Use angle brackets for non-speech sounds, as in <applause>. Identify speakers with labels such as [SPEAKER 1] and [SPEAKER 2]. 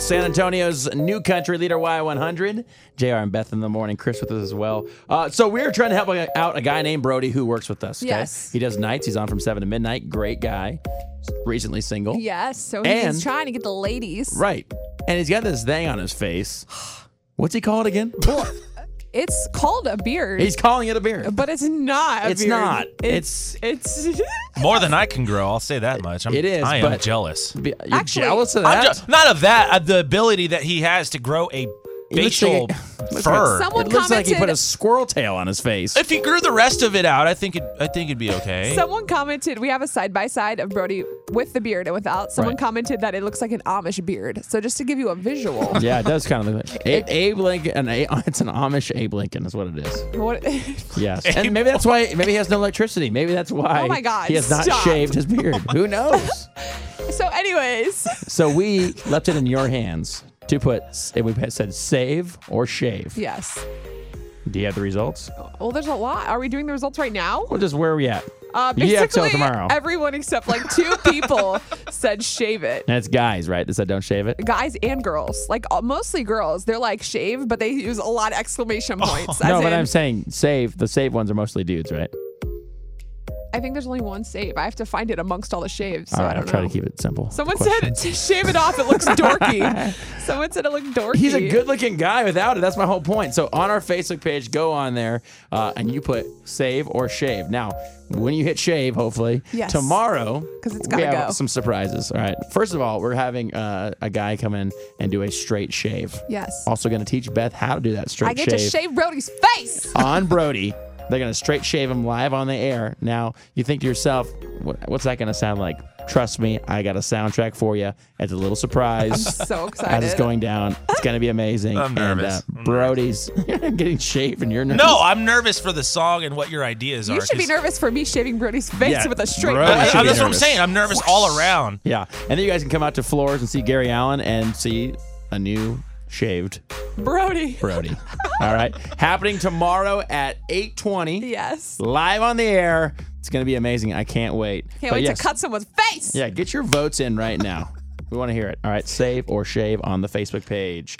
[SPEAKER 1] San Antonio's new country leader, Y100. JR and Beth in the morning. Chris with us as well. Uh, so we're trying to help out a guy named Brody who works with us. okay?
[SPEAKER 2] Yes.
[SPEAKER 1] He does nights. He's on from 7 to midnight. Great guy. Recently single.
[SPEAKER 2] Yes, so
[SPEAKER 1] And-
[SPEAKER 2] he's trying to get the ladies.
[SPEAKER 1] Right. And he's got this thing on his face. <gasps> What's he called again?
[SPEAKER 2] It's called a beard,
[SPEAKER 1] he's calling it a beard.
[SPEAKER 2] but it's not. A
[SPEAKER 1] It's
[SPEAKER 2] beard.
[SPEAKER 1] not.
[SPEAKER 2] It's it's. <laughs>
[SPEAKER 3] More than I can grow, I'll say that much. I'm,
[SPEAKER 1] It is,
[SPEAKER 3] I am
[SPEAKER 1] but-
[SPEAKER 3] jealous.
[SPEAKER 1] Be- You're
[SPEAKER 2] Actually,
[SPEAKER 1] jealous of
[SPEAKER 3] I'm
[SPEAKER 1] that?
[SPEAKER 3] ju- not of that, of the ability that he has to grow a
[SPEAKER 1] He looks like
[SPEAKER 3] facial
[SPEAKER 1] <laughs> a- looks like
[SPEAKER 3] fur.
[SPEAKER 2] Someone
[SPEAKER 1] it looks like he
[SPEAKER 2] commented-
[SPEAKER 1] put a squirrel tail on his face.
[SPEAKER 3] if he grew the rest of it out, I think it, I think it'd be okay.
[SPEAKER 2] someone commented we have a side by side of Brody with the beard and without. Someone
[SPEAKER 1] Right.
[SPEAKER 2] commented that it looks like an Amish beard. So just to give you a visual,
[SPEAKER 1] <laughs> Yeah, it does kind of
[SPEAKER 2] <laughs>
[SPEAKER 1] look like A- Abe Lincoln. An a- <laughs> it's an Amish Abe Lincoln, is what it is.
[SPEAKER 2] what, <laughs>
[SPEAKER 1] Yes, and maybe that's why. Maybe he has no electricity. Maybe that's why.
[SPEAKER 2] Oh my God,
[SPEAKER 1] he has not
[SPEAKER 2] stop.
[SPEAKER 1] shaved his
[SPEAKER 2] <laughs>
[SPEAKER 1] beard. Who knows?
[SPEAKER 2] so anyways,
[SPEAKER 1] So we left it in your hands to put, and we said save or shave.
[SPEAKER 2] yes.
[SPEAKER 1] Do you have the results?
[SPEAKER 2] Well, there's a lot. Are we doing the results right now?
[SPEAKER 1] Well, just where are we at?
[SPEAKER 2] Uh,
[SPEAKER 1] you have till
[SPEAKER 2] basically,
[SPEAKER 1] tomorrow.
[SPEAKER 2] everyone except like two
[SPEAKER 1] <laughs>
[SPEAKER 2] people said shave it.
[SPEAKER 1] and it's guys, right? That said don't shave it.
[SPEAKER 2] guys and girls, like uh, mostly girls. They're like shave, but they use a lot of exclamation
[SPEAKER 1] <laughs>
[SPEAKER 2] points. as
[SPEAKER 1] Oh. no, but
[SPEAKER 2] in-
[SPEAKER 1] I'm saying save. The save ones are mostly dudes, right?
[SPEAKER 2] I think there's only one save. I have to find it amongst all the shaves. So
[SPEAKER 1] All
[SPEAKER 2] I
[SPEAKER 1] right,
[SPEAKER 2] don't
[SPEAKER 1] I'll try
[SPEAKER 2] know.
[SPEAKER 1] to keep it simple.
[SPEAKER 2] Someone
[SPEAKER 1] Question.
[SPEAKER 2] said to shave it off. It
[SPEAKER 1] <laughs>
[SPEAKER 2] looks dorky. Someone said it looked dorky.
[SPEAKER 1] He's a good looking guy without it. That's my whole point. So on our Facebook page, go on there uh, and you put save or shave. Now, when you hit shave, hopefully,
[SPEAKER 2] Yes.
[SPEAKER 1] tomorrow,
[SPEAKER 2] 'Cause it's
[SPEAKER 1] we
[SPEAKER 2] gotta
[SPEAKER 1] have
[SPEAKER 2] go.
[SPEAKER 1] some surprises. All right. First of all, we're having uh, a guy come in and do a straight shave.
[SPEAKER 2] Yes.
[SPEAKER 1] Also, going to teach Beth how to do that straight
[SPEAKER 2] I get
[SPEAKER 1] shave
[SPEAKER 2] to shave Brody's face.
[SPEAKER 1] <laughs> on Brody. They're going to straight shave him live on the air. Now, you think to yourself, what, what's that going to sound like? Trust me, I got a soundtrack for you. It's a little surprise.
[SPEAKER 2] So
[SPEAKER 1] <laughs> As
[SPEAKER 2] excited.
[SPEAKER 1] it's going down, it's gonna be amazing.
[SPEAKER 3] <laughs> I'm nervous.
[SPEAKER 1] And, uh, Brody's <laughs> getting shaved, and you're nervous.
[SPEAKER 3] no, I'm nervous for the song and what your ideas are.
[SPEAKER 2] you should be
[SPEAKER 3] 'cause-
[SPEAKER 2] nervous for me shaving Brody's face
[SPEAKER 1] Yeah,
[SPEAKER 2] with a straight.
[SPEAKER 1] Brody
[SPEAKER 3] I- I-
[SPEAKER 2] blade.
[SPEAKER 1] should be
[SPEAKER 3] that's what I'm
[SPEAKER 1] nervous.
[SPEAKER 3] saying. I'm nervous all around.
[SPEAKER 1] Yeah, and then you guys can come out to Flores and see Gary Allen and see a new shaved
[SPEAKER 2] Brody. <laughs>
[SPEAKER 1] Brody. All right, happening tomorrow at 8:20,
[SPEAKER 2] Yes.
[SPEAKER 1] live on the air. It's gonna be amazing. I can't wait. But
[SPEAKER 2] Can't wait
[SPEAKER 1] yes,
[SPEAKER 2] to cut someone's face.
[SPEAKER 1] Yeah, get your votes in right now. we want to hear it. All right, save or shave on the Facebook page.